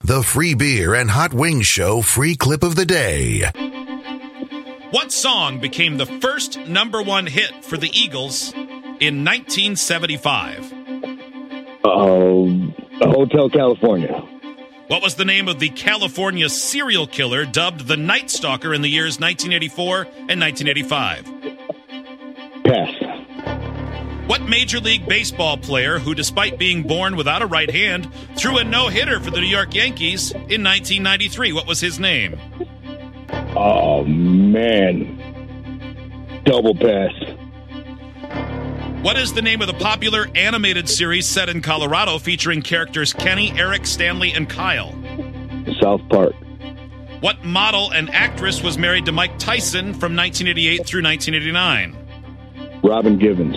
The free beer and hot wings show free clip of the day. What song became the first number one hit for the Eagles in 1975? Um, Hotel California. What was the name of the California serial killer dubbed the Night Stalker in the years 1984 and 1985? Pass. What Major League Baseball player, who despite being born without a right hand, threw a no hitter for the New York Yankees in 1993? What was his name? Oh, man. Double pass. What is the name of the popular animated series set in Colorado featuring characters Kenny, Eric, Stanley, and Kyle? South Park. What model and actress was married to Mike Tyson from 1988 through 1989? Robin Givens.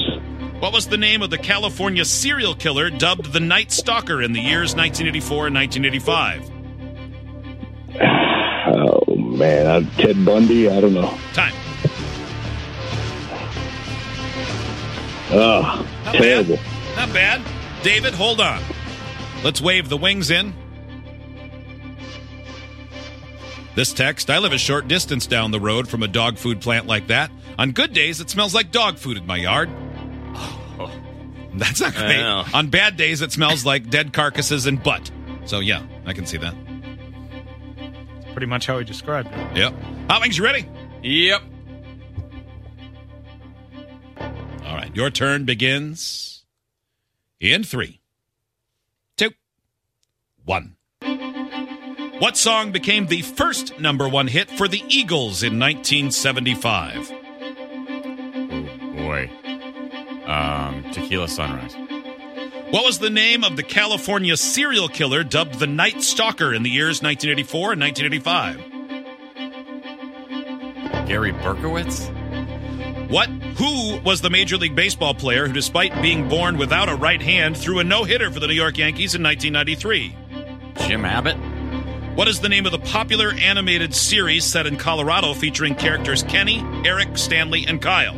What was the name of the California serial killer dubbed the Night Stalker in the years 1984 and 1985? Oh, man. I, Ted Bundy. I don't know. Time. Ugh, Not terrible. bad. Not bad. David, hold on. Let's wave the wings in. This text I live a short distance down the road from a dog food plant like that. On good days, it smells like dog food in my yard. That's not great. Wow. On bad days, it smells like dead carcasses and butt. So, yeah, I can see that. pretty much how he described it. Yep. Hot Wings, you ready? Yep. All right, your turn begins in three, two, one. What song became the first number one hit for the Eagles in 1975? Boy. Um, tequila sunrise. What was the name of the California serial killer dubbed the Night Stalker in the years 1984 and 1985? Gary Berkowitz? What, who was the Major League Baseball player who, despite being born without a right hand, threw a no hitter for the New York Yankees in 1993? Jim Abbott? What is the name of the popular animated series set in Colorado featuring characters Kenny, Eric, Stanley, and Kyle?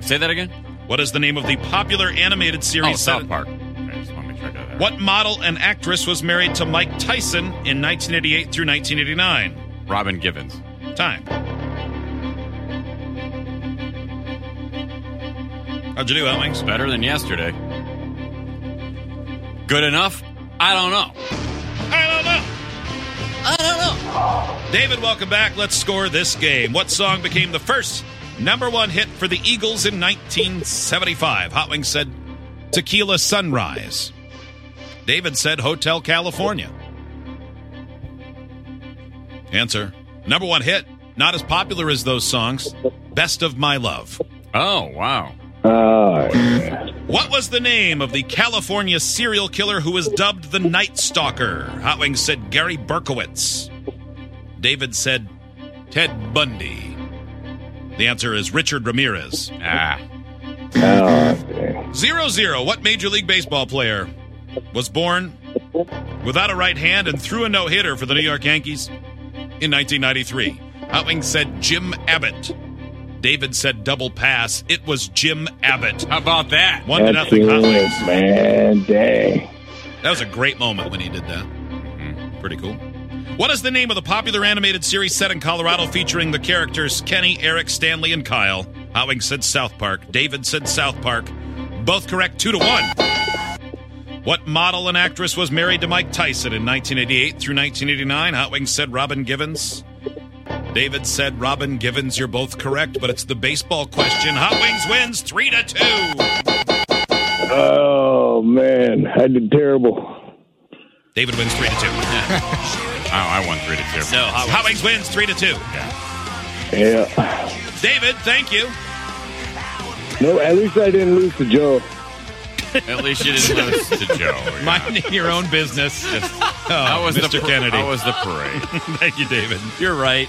Say that again? What is the name of the popular animated series oh, set South in- Park. I just want to make sure I got that. What model and actress was married to Mike Tyson in 1988 through 1989? Robin Givens. Time. How'd you do, Hot Wings? Better than yesterday. Good enough? I don't know. I don't know. I don't know. David, welcome back. Let's score this game. What song became the first number one hit for the Eagles in 1975? Hot Wings said Tequila Sunrise. David said Hotel California. Answer Number one hit, not as popular as those songs. Best of My Love. Oh, wow. All right. What was the name of the California serial killer who was dubbed the Night Stalker? Hot Wings said Gary Berkowitz. David said Ted Bundy. The answer is Richard Ramirez. Ah. Oh, Zero zero. What Major League Baseball player was born without a right hand and threw a no hitter for the New York Yankees in 1993? Hot Wings said Jim Abbott. David said double pass. It was Jim Abbott. How about that? One to that's nothing. Hot Wings. it, man. Dang. That was a great moment when he did that. Mm, Pretty cool. What is the name of the popular animated series set in Colorado featuring the characters Kenny, Eric, Stanley, and Kyle? Howing said South Park. David said South Park. Both correct, two to one. What model and actress was married to Mike Tyson in 1988 through 1989? Hot Wings said Robin Givens. David said Robin Givens. You're both correct, but it's the baseball question. Hot Wings wins three to two. Oh, man. I did terrible. David wins three to two. Oh, I won three to two. No, Hot Wings wins three to two. Yeah. David, thank you. No, at least I didn't lose to Joe. At least you didn't lose to Joe. yeah. your own business. Uh, I was Mr. The, par- Kennedy. I was the parade. Thank you, David. You're right.